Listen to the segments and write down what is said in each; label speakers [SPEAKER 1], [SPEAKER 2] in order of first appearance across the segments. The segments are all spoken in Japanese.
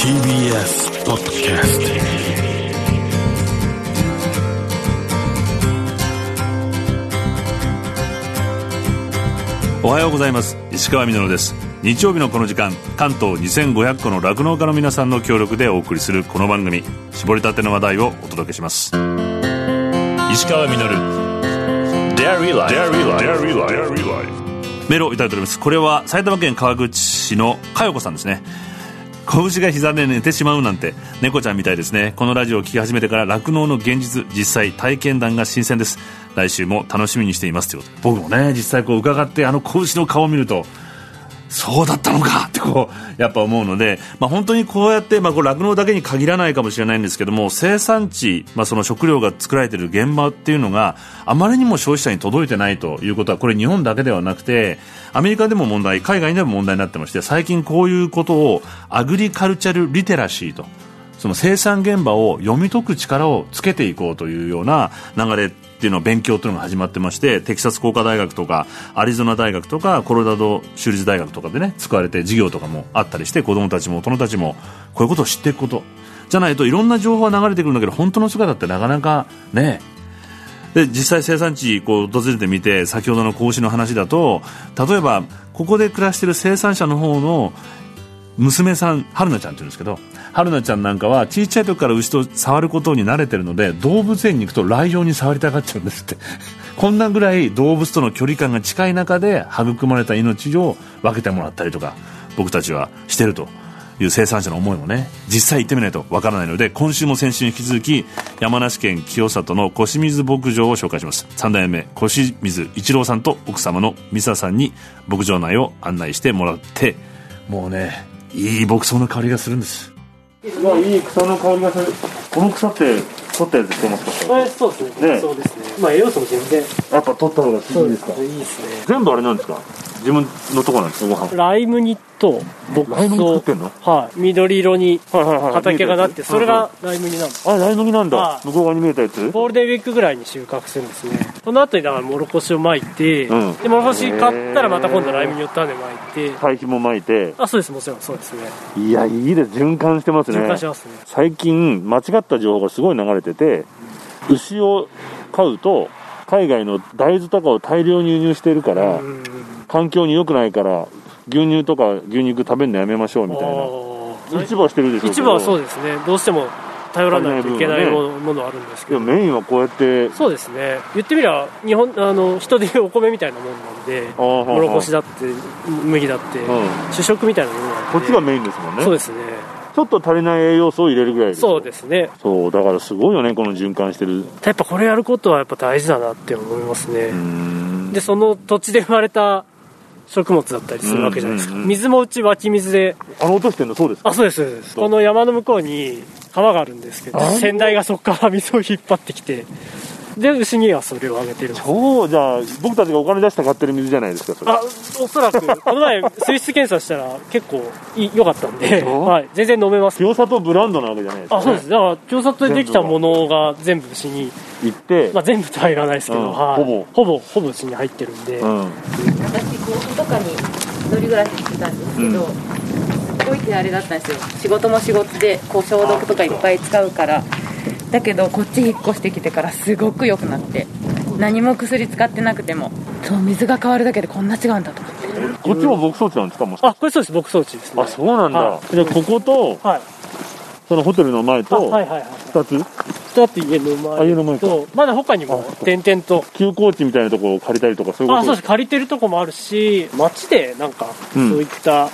[SPEAKER 1] TBS ポッドキャスティング
[SPEAKER 2] おはようございます石川みのるです日曜日のこの時間関東2500個の酪農家の皆さんの協力でお送りするこの番組絞りたての話題をお届けします石川みのる
[SPEAKER 3] Dairy Life.
[SPEAKER 2] Dairy Life. メールをいただいておりますこれは埼玉県川口市の佳代子さんですね拳が膝で寝てしまうなんて猫ちゃんみたいですねこのラジオを聞き始めてから酪農の現実実際体験談が新鮮です来週も楽しみにしていますということで僕もね実際こう伺ってあの拳の顔を見るとそうだったのかってこうやっぱ思うので、まあ、本当にこうやってまあこう酪農だけに限らないかもしれないんですけども生産地、まあ、その食料が作られている現場っていうのがあまりにも消費者に届いてないということはこれ日本だけではなくてアメリカでも問題海外でも問題になってまして最近こういうことをアグリカルチャルリテラシーと。その生産現場を読み解く力をつけていこうというような流れっていうの勉強というのが始まってましてテキサス工科大学とかアリゾナ大学とかコロラド州立大学とかでね使われて授業とかもあったりして子供たちも大人たちもこういうことを知っていくことじゃないといろんな情報が流れてくるんだけど本当の姿ってなかなかねで実際生産地こう訪れてみて先ほどの格子の話だと例えばここで暮らしている生産者の方の娘さん春菜ちゃんって言うんですけど春菜ちゃんなんかは小さい時から牛と触ることに慣れてるので動物園に行くとライオンに触りたがっちゃうんですって こんなぐらい動物との距離感が近い中で育まれた命を分けてもらったりとか僕たちはしてるという生産者の思いもね実際行ってみないとわからないので今週も先週に引き続き山梨県清里の小清水牧場を紹介します3代目小清水一郎さんと奥様の美沙さんに牧場内を案内してもらってもうねいい牧草の香りがするんです
[SPEAKER 4] うわ、いい草の香りがする。
[SPEAKER 2] この草って取ったやつしてますか
[SPEAKER 4] はい、そうですね。
[SPEAKER 2] ね
[SPEAKER 4] そうですね。まあ、栄養素も全然。
[SPEAKER 2] やっぱ取った方がいいですか
[SPEAKER 4] いいですね。
[SPEAKER 2] 全部あれなんですか自分のとこなんですかご飯
[SPEAKER 4] ライムニと牧
[SPEAKER 2] ライムに作っ
[SPEAKER 4] 草
[SPEAKER 2] てんの
[SPEAKER 4] はい、緑色に
[SPEAKER 2] はいはいはい
[SPEAKER 4] 畑がなって、それがライムニなの。
[SPEAKER 2] あライ麦なんだ
[SPEAKER 4] はい
[SPEAKER 2] 向こう側に見えたやつ
[SPEAKER 4] ゴールデンウィークぐらいに収穫するんですね。その後にだからもろこしをまいて、
[SPEAKER 2] うん
[SPEAKER 4] でもろこし買ったらまた今度ライムニを種まいて、
[SPEAKER 2] 堆肥も巻いて
[SPEAKER 4] あ、そうです、もちろんそうですね。
[SPEAKER 2] いやいいです循環してますね
[SPEAKER 4] 循環しますね。
[SPEAKER 2] 最近間違った情報がすごい流れてて牛を飼うと海外の大豆とかを大量に輸入してるから、
[SPEAKER 4] うん。
[SPEAKER 2] 環境に良くないから牛乳とか牛肉食べるのやめましょうみたいな
[SPEAKER 4] あー
[SPEAKER 2] 市場はしてるでしょ
[SPEAKER 4] 市場はそう
[SPEAKER 2] う
[SPEAKER 4] ですね。どうしても頼らないといけないものものはあるんです
[SPEAKER 2] い
[SPEAKER 4] け
[SPEAKER 2] や
[SPEAKER 4] ど。
[SPEAKER 2] メインはこうやって
[SPEAKER 4] そうですね言ってみりゃ日本あの人でいうお米みたいなもんなんで
[SPEAKER 2] あーはーはー
[SPEAKER 4] もろこしだって麦だって、
[SPEAKER 2] ん
[SPEAKER 4] 主食みたいなものなんで
[SPEAKER 2] こっちがメインですもんね
[SPEAKER 4] そうですね
[SPEAKER 2] ちょっと足りない栄養素を入れるぐらいです
[SPEAKER 4] そうですね
[SPEAKER 2] そうだからすごいよねこの循環してるう
[SPEAKER 4] やっぱこれやることはやっぱ大事だなって思いますね、
[SPEAKER 2] ーん
[SPEAKER 4] でその土地で生まれた食物だったりするわけじゃないですか、
[SPEAKER 2] うんうんうん
[SPEAKER 4] 水もうち湧き水で
[SPEAKER 2] あの落としてんのそうですか
[SPEAKER 4] あそうですそうです
[SPEAKER 2] そう
[SPEAKER 4] この山の向こうに川があるんですけど
[SPEAKER 2] あ
[SPEAKER 4] 先代がそこから水を引っ張ってきてで牛にはそれをあげてるんです
[SPEAKER 2] そうじゃあ僕たちがお金出して買ってる水じゃないですかそれ
[SPEAKER 4] あおそらく、この前、水質検査したら、結構いい良かったんで、
[SPEAKER 2] そう
[SPEAKER 4] はい、全然飲めます。
[SPEAKER 2] 清里ブランドなわけじゃないですか、
[SPEAKER 4] あそうです、だから、調査でできたものが全部牛に、
[SPEAKER 2] 行って、
[SPEAKER 4] まあ、全部とは言わないですけど、
[SPEAKER 2] うん
[SPEAKER 4] はい、
[SPEAKER 2] ほぼ
[SPEAKER 4] ほぼ、ほぼ牛に入ってるんで、
[SPEAKER 2] うん
[SPEAKER 5] 私甲府とかに一人暮らししてたんですけど、すごい手荒れだったんですよ仕事も仕事でこう消毒とかいっぱい使うからだけどこっち引っ越してきてからすごく良くなって何も薬使ってなくてもそう水が変わるだけでこんな違うんだと思って
[SPEAKER 2] こっちも牧草地なんですかもしかし
[SPEAKER 4] あこれそうです、牧草地です
[SPEAKER 2] て
[SPEAKER 4] ね。
[SPEAKER 2] あそうなんだ、
[SPEAKER 4] は
[SPEAKER 2] じゃあここと
[SPEAKER 4] い、はい、
[SPEAKER 2] そのホテルの前
[SPEAKER 4] あは
[SPEAKER 2] と
[SPEAKER 4] いはいはい。
[SPEAKER 2] 2つ、
[SPEAKER 4] だって家の
[SPEAKER 2] あ家
[SPEAKER 4] 前
[SPEAKER 2] の前か
[SPEAKER 4] と、まだ他にも点々と、
[SPEAKER 2] 休耕地みたいなところを借りたりとかそういうこ
[SPEAKER 4] あ
[SPEAKER 2] と
[SPEAKER 4] そうです、借りてるとこもあるし、町でなんか、そういった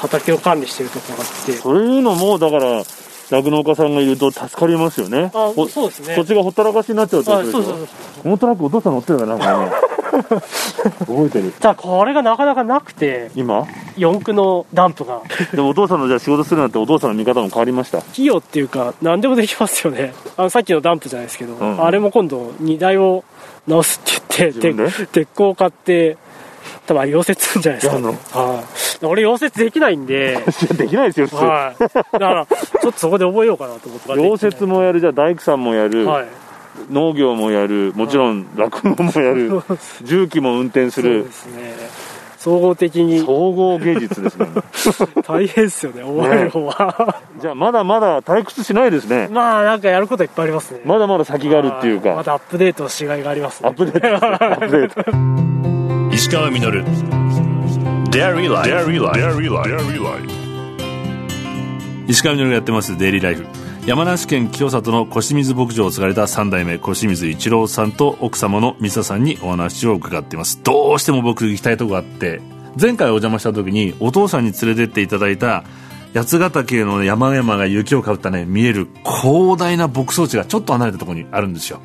[SPEAKER 4] 畑を管理してるとこがあって、
[SPEAKER 2] そういうのもだから酪農家さんがいると助かりますよね
[SPEAKER 4] あ
[SPEAKER 2] こ
[SPEAKER 4] そうですね。
[SPEAKER 2] こっちがほったらかしになっちゃうってこ
[SPEAKER 4] あ
[SPEAKER 2] と
[SPEAKER 4] そ
[SPEAKER 2] で
[SPEAKER 4] う
[SPEAKER 2] しょ
[SPEAKER 4] そうそう。
[SPEAKER 2] このトラックお父さん乗ってるよななんかね動いてる
[SPEAKER 4] ただこれがなかなかなくて
[SPEAKER 2] 今
[SPEAKER 4] 四駆のダンプが
[SPEAKER 2] でもお父さんのじゃあ仕事するなんてお父さんの見方も変わりました
[SPEAKER 4] 費用っていうか何でもできますよねあのさっきのダンプじゃないですけど、
[SPEAKER 2] ん
[SPEAKER 4] あれも今度荷台を直すって
[SPEAKER 2] 自
[SPEAKER 4] 言っ
[SPEAKER 2] 分で
[SPEAKER 4] てて鉄鋼を買って多分あれ溶接するんじゃないですか
[SPEAKER 2] やんの
[SPEAKER 4] はい俺溶接できない ん で
[SPEAKER 2] いやできないですよ普通
[SPEAKER 4] はいだからちょっとそこで覚えようかなと思って
[SPEAKER 2] 溶接もやるじゃあ大工さんもやる、
[SPEAKER 4] はい
[SPEAKER 2] 農 業もやるもちろん酪農もやる重機も運転す
[SPEAKER 4] そう
[SPEAKER 2] る
[SPEAKER 4] ですね総合的に
[SPEAKER 6] 総合芸術ですね
[SPEAKER 4] 大変ですよね覚える方は、
[SPEAKER 6] じゃあまだまだ退屈しないですね
[SPEAKER 4] まあなんかやることはいっぱいありますね
[SPEAKER 6] まだまだ先があるっていう
[SPEAKER 4] はいま
[SPEAKER 6] か
[SPEAKER 4] だアップデートしがいがあります
[SPEAKER 6] ア
[SPEAKER 4] ね
[SPEAKER 6] ップデートですねアップデート
[SPEAKER 3] 石川稔 Dairy Life Dairy Life Dairy Life
[SPEAKER 2] 石川みのるがやってますデイリーライフ山梨県清里の小清水牧場を継がれた3代目小清水一郎さんと奥様の美沙さんにお話を伺っていますどうしても僕行きたいとこがあって前回お邪魔した時にお父さんに連れてっていただいた八ヶ岳の山々が雪をかぶったね見える広大な牧草地がちょっと離れたところにあるんですよ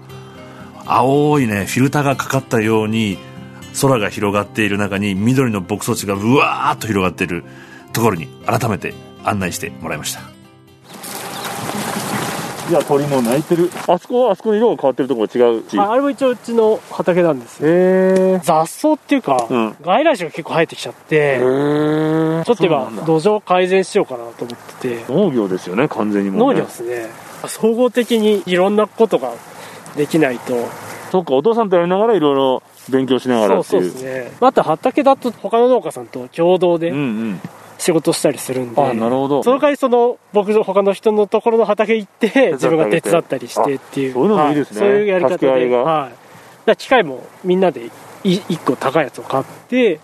[SPEAKER 2] 青いねフィルターがかかったように空が広がっている中に緑の牧草地がうわーっと広がっているところに改めて案内してもらいました
[SPEAKER 6] いや鳥も鳴いてるあそこはあそこの色が変わってるところが違うし
[SPEAKER 4] ああれも一応うちの畑なんですよ
[SPEAKER 6] へ
[SPEAKER 4] 雑草っていうか、
[SPEAKER 6] うん
[SPEAKER 4] 外来種が結構生えてきちゃって、
[SPEAKER 6] え
[SPEAKER 4] ちょっと今土壌を改善しようかなと思ってて
[SPEAKER 6] 農業ですよね完全にもう
[SPEAKER 4] 農
[SPEAKER 6] ね
[SPEAKER 4] 業ですね総合的にいろんなことができないと
[SPEAKER 6] そっかお父さんとやりながらいろいろ勉強しなが
[SPEAKER 4] そ
[SPEAKER 6] ら
[SPEAKER 4] う
[SPEAKER 6] って
[SPEAKER 4] そう
[SPEAKER 6] いう
[SPEAKER 4] ですねまた畑だと他の農家さんと共同
[SPEAKER 6] うん
[SPEAKER 4] で
[SPEAKER 6] うん
[SPEAKER 4] 仕事したりするんで、
[SPEAKER 6] あなるほど
[SPEAKER 4] その代わりその僕の他の人のところの畑行って
[SPEAKER 6] 手
[SPEAKER 4] 自
[SPEAKER 6] 伝
[SPEAKER 4] 分
[SPEAKER 6] ってあ
[SPEAKER 4] が
[SPEAKER 6] げて
[SPEAKER 4] 手伝ったりしてっていう
[SPEAKER 6] あそういうのもいいですね
[SPEAKER 4] はそういうやり方
[SPEAKER 6] 助け合い
[SPEAKER 4] で、
[SPEAKER 6] が
[SPEAKER 4] はい、だから機械もみんなでい一個高いやつを買って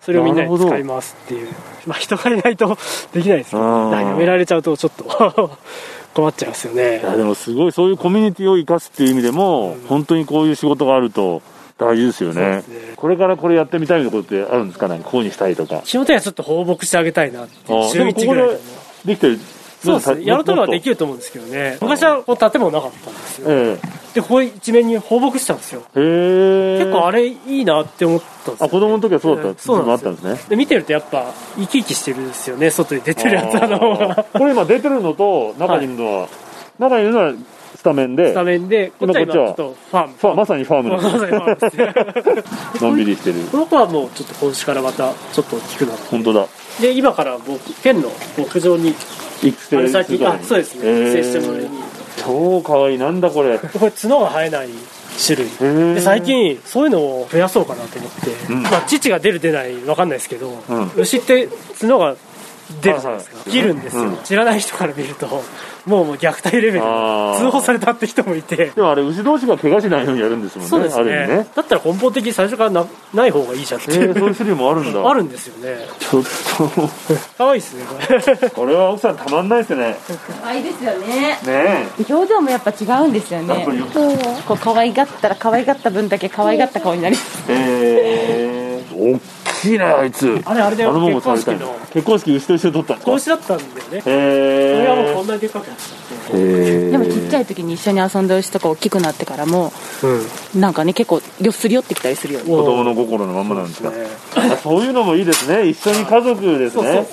[SPEAKER 4] それをみんなで使いますっていうまあ人がいないとできないですけ
[SPEAKER 6] うん
[SPEAKER 4] どだからやめられちゃうとちょっと 困っちゃいますよね
[SPEAKER 6] いやでもすごいそういうコミュニティを生かすっていう意味でも、本当にこういう仕事があると大事ですよね
[SPEAKER 4] そうですね
[SPEAKER 6] これからこれやってみたいなことってあるんですかねこういうふうにしたいとか
[SPEAKER 4] 基本的にはちょっと放牧してあげたいなってい
[SPEAKER 6] あ
[SPEAKER 4] う
[SPEAKER 6] で
[SPEAKER 4] 週
[SPEAKER 6] もこ
[SPEAKER 4] 1
[SPEAKER 6] こ
[SPEAKER 4] ぐらい
[SPEAKER 6] で
[SPEAKER 4] で
[SPEAKER 6] できてる
[SPEAKER 4] そうですねやると
[SPEAKER 6] も
[SPEAKER 4] れ
[SPEAKER 6] っ
[SPEAKER 4] はできると思うんですけどね昔はこう建物なかったんですよ
[SPEAKER 6] え
[SPEAKER 4] でここ一面に放牧してたんですよ
[SPEAKER 6] えへえ
[SPEAKER 4] 結構あ
[SPEAKER 6] れ
[SPEAKER 4] れいいなって思ったんです
[SPEAKER 6] あ
[SPEAKER 4] よ
[SPEAKER 6] 子供の時はそうだった
[SPEAKER 4] そうな
[SPEAKER 6] 時
[SPEAKER 4] んです
[SPEAKER 6] もあ
[SPEAKER 4] よ
[SPEAKER 6] ったんですね
[SPEAKER 4] で見てるとやっぱ生き生きしてるんですよね外に出てるやつらの方
[SPEAKER 6] あ
[SPEAKER 4] が
[SPEAKER 6] ーこれ今出てるのと中にいるのは、中にいるのはスタメンで
[SPEAKER 4] スタメンでこっちは今ちょっとファン
[SPEAKER 6] ファまさにファーム
[SPEAKER 4] ま
[SPEAKER 6] の
[SPEAKER 4] さにファンですね
[SPEAKER 6] のんびりしてる
[SPEAKER 4] この子はもうちょっと今週からまたちょっと大きくなって
[SPEAKER 6] 本当だ
[SPEAKER 4] で今から僕県の牧場に
[SPEAKER 6] 育
[SPEAKER 4] あ
[SPEAKER 6] 成する
[SPEAKER 4] れ先
[SPEAKER 6] から
[SPEAKER 4] あそうですね育成してもらいに
[SPEAKER 6] 超かわいいなんだこれへ
[SPEAKER 4] これ角が生えない種類
[SPEAKER 6] え
[SPEAKER 4] で最近そういうのを増やそうかなと思って、
[SPEAKER 6] ん
[SPEAKER 4] まあ、乳が出る出ない分かんないですけど、
[SPEAKER 6] ん
[SPEAKER 4] 牛って角が出るじゃないですか、
[SPEAKER 6] はいはい
[SPEAKER 4] 切るんですよ、
[SPEAKER 6] うん
[SPEAKER 4] 知らない人から見るともうもう虐待レベルで
[SPEAKER 6] あー
[SPEAKER 4] 通報されたって人もいて
[SPEAKER 6] でもあれ牛同士が怪我しないようにやるんですもんね
[SPEAKER 4] そうです
[SPEAKER 6] あ
[SPEAKER 4] ね
[SPEAKER 6] る意味ね
[SPEAKER 4] だったら根本的に最初からなない方がいいじゃんって、
[SPEAKER 6] えー、 そういう種類もあるんだ
[SPEAKER 4] あるんですよね
[SPEAKER 6] ちょっと
[SPEAKER 4] 可愛いですねこ れ
[SPEAKER 6] これは奥さんたまんないですね
[SPEAKER 5] 可愛いですよね
[SPEAKER 6] ね
[SPEAKER 5] 表情もやっぱ違うんですよね
[SPEAKER 6] やっ
[SPEAKER 5] こう可愛がったら可愛がった分だけ可愛がった顔になり
[SPEAKER 6] ええー、おっきいねあいつ
[SPEAKER 4] あれあれだよ
[SPEAKER 6] のもんも
[SPEAKER 4] 結婚式
[SPEAKER 6] 食べたい
[SPEAKER 4] の
[SPEAKER 6] 結婚式牛と一緒に撮ったんですか
[SPEAKER 4] 投資だったんだよね
[SPEAKER 6] え
[SPEAKER 4] これはもうこ
[SPEAKER 6] ー
[SPEAKER 4] んなにでかくなっちゃって
[SPEAKER 6] えー、
[SPEAKER 5] でもちっちゃい時に一緒に遊んだ牛とか大きくなってからも、なんかね結構よすり寄ってきたりするよね
[SPEAKER 6] 子供の心のまんまなんですか
[SPEAKER 4] ね
[SPEAKER 6] あそういうのもいいですね一緒に家族ですね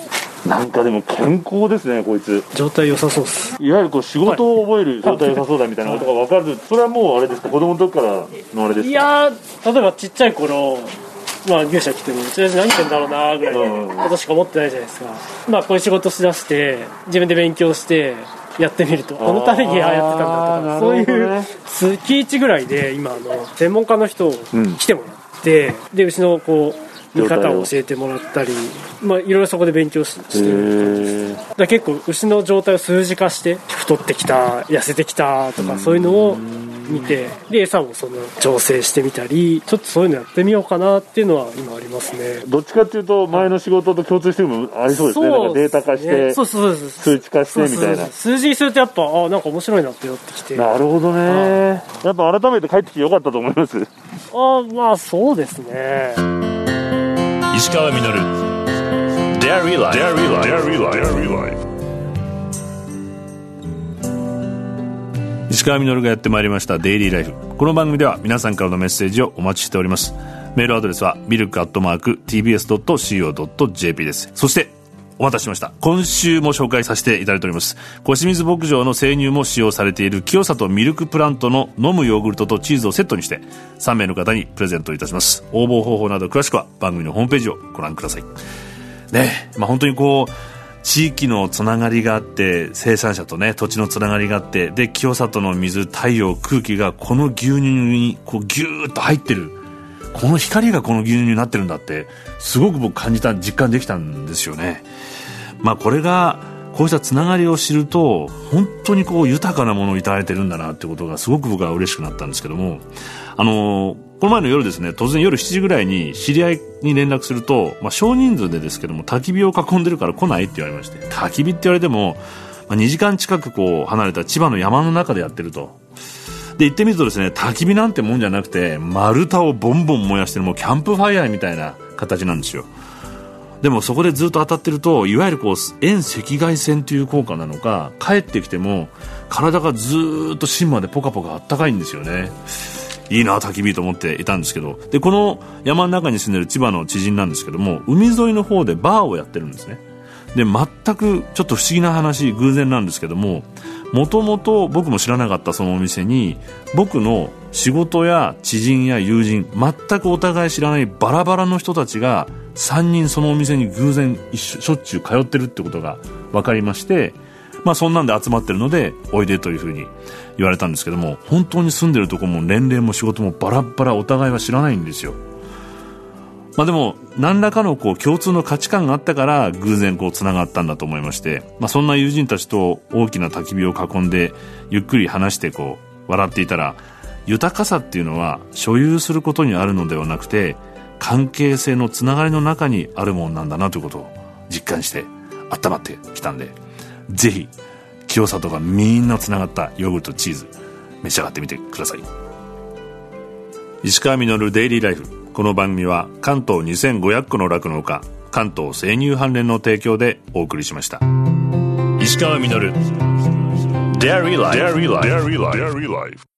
[SPEAKER 6] なんかでも健康ですねこいつ
[SPEAKER 4] 状態良さそうっす
[SPEAKER 6] いわゆるこう仕事を覚える状態良さそうだみたいなことが分かるそれはもうあれですか子供の時からのあれですか
[SPEAKER 4] いやー例えばちっちゃい頃まあ牛舎来てもうちの親父何してんだろうなーぐらい
[SPEAKER 6] うんうん
[SPEAKER 4] のことしか思ってないじゃないですかまあこういう仕事しだして自分で勉強してやってみるとこのためにああやってたんだ
[SPEAKER 6] あー
[SPEAKER 4] とかそう
[SPEAKER 6] なる
[SPEAKER 4] い
[SPEAKER 6] ほど
[SPEAKER 4] う
[SPEAKER 6] ね
[SPEAKER 4] 月1ぐらいで今あの専門家の人を
[SPEAKER 6] うん
[SPEAKER 4] 来てもらって、でうちのこう見方を教えてもらったりまあいろいろそこで勉強ししてる
[SPEAKER 6] へ
[SPEAKER 4] だから結構牛の状態を数字化して太ってきた痩せてきたとかそういうのを見てで餌もその調整してみたりちょっとそういうのやってみようかなっていうのは今ありますね
[SPEAKER 6] ーどっちかっていうと前の仕事と共通してる部分ありそうですねなんかデータ化して
[SPEAKER 4] そうそうそうそう
[SPEAKER 6] 数値化してみたい
[SPEAKER 4] そうそうそ
[SPEAKER 6] な
[SPEAKER 4] う数字にするとやっぱあなんか面白いなってなってきてあ
[SPEAKER 6] なるほどねやっぱ改めて帰ってきてよかったと思います
[SPEAKER 4] まあそうですね
[SPEAKER 3] 石川稔 Dairy Life Dairy Life Dairy Life
[SPEAKER 2] 石川稔がやってまいりました「デイリーライフ」この番組では皆さんからのメッセージをお待ちしておりますメールアドレスはミルクアットマーク TBS.CO.JP ですそしてお待たせしました今週も紹介させていただいております小清水牧場の生乳も使用されている清里ミルクプラントの飲むヨーグルトとチーズをセットにして3名の方にプレゼントいたします応募方法など詳しくは番組のホームページをご覧くださいねまあ、本当にこう地域のつながりがあって生産者と、ね、土地のつながりがあってで清里の水、太陽、空気がこの牛乳にこうギューッと入ってるこの光がこの牛乳になってるんだってすごく僕感じた実感できたんですよねまあこれがこうしたつながりを知ると本当にこう豊かなものをいただいてるんだなってことがすごく僕は嬉しくなったんですけどもあのこの前の夜ですね突然夜7時ぐらいに知り合いに連絡すると、まあ、少人数でですけども焚き火を囲んでるから来ないって言われまして焚き火って言われても、まあ、2時間近くこう離れた千葉の山の中でやってるとで行ってみるとですね焚き火なんてもんじゃなくて丸太をボンボン燃やしてるもうキャンプファイヤーみたいな形なんですよでもそこでずっと当たってるといわゆるこう遠赤外線という効果なのか帰ってきても体がずーっと芯までポカポカあったかいんですよねいいな焚き火と思っていたんですけどでこの山の中に住んでる千葉の知人なんですけども海沿いの方でバーをやってるんですねで全くちょっと不思議な話偶然なんですけどももともと僕も知らなかったそのお店に僕の仕事や知人や友人全くお互い知らないバラバラの人たちが3人そのお店に偶然一緒しょっちゅう通ってるってことが分かりましてまあそんなんで集まってるのでおいでというふうに言われたんですけども本当に住んでるとこも年齢も仕事もバラッバラお互いは知らないんですよまあ、でも何らかのこう共通の価値観があったから偶然こうつながったんだと思いまして、まあ、そんな友人たちと大きな焚き火を囲んでゆっくり話してこう笑っていたら豊かさっていうのは所有することにあるのではなくて関係性のつながりの中にあるものなんだなということを実感して温まってきたんでぜひ清里がみんなつながったヨーグルトチーズ召し上がってみてください石川稔デイリーライフこの番組は関東2500個の酪農家関東生乳関連の提供でお送りしました
[SPEAKER 3] 石川稔 Dairy Life. Dairy Life.